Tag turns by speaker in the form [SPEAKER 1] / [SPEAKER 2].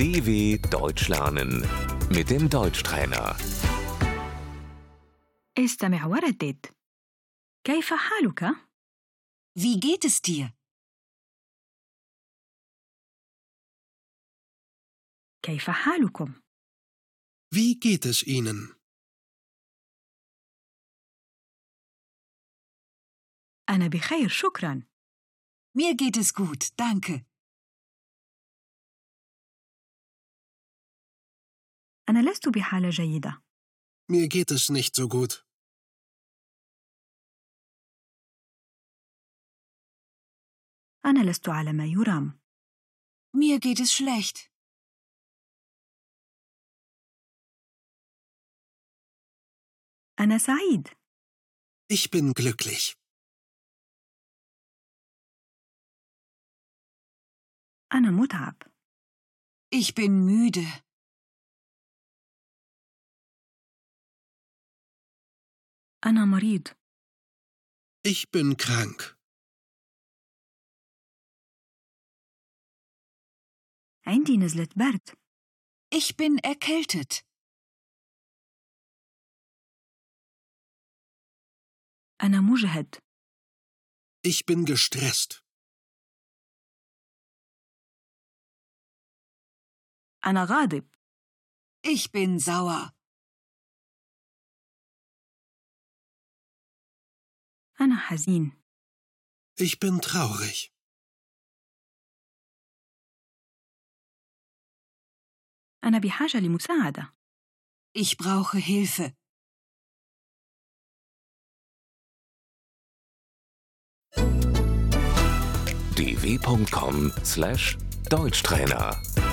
[SPEAKER 1] DW Deutsch lernen mit dem Deutschtrainer.
[SPEAKER 2] استمع وردد كيف حالك؟
[SPEAKER 3] Wie geht es dir?
[SPEAKER 2] كيف حالكم؟
[SPEAKER 4] Wie geht es Ihnen?
[SPEAKER 2] أنا بخير شكرا
[SPEAKER 3] Mir geht es gut, danke.
[SPEAKER 2] أنا لست بحالة جيدة
[SPEAKER 4] Mir geht es nicht so gut.
[SPEAKER 2] أنا لست على ما يرام
[SPEAKER 3] Mir geht es schlecht.
[SPEAKER 2] أنا سعيد
[SPEAKER 4] Ich bin glücklich.
[SPEAKER 2] أنا متعب
[SPEAKER 3] Ich bin müde.
[SPEAKER 2] أنا مريض
[SPEAKER 4] Ich bin krank.
[SPEAKER 2] عندي نزلة برد
[SPEAKER 3] Ich bin erkältet.
[SPEAKER 2] أنا مجهد
[SPEAKER 4] Ich bin gestresst.
[SPEAKER 2] أنا غاضب
[SPEAKER 3] Ich bin sauer.
[SPEAKER 2] أنا حزين
[SPEAKER 4] Ich bin traurig.
[SPEAKER 2] أنا بحاجة لمساعدة
[SPEAKER 3] Ich brauche Hilfe.
[SPEAKER 1] dw.com/deutschtrainer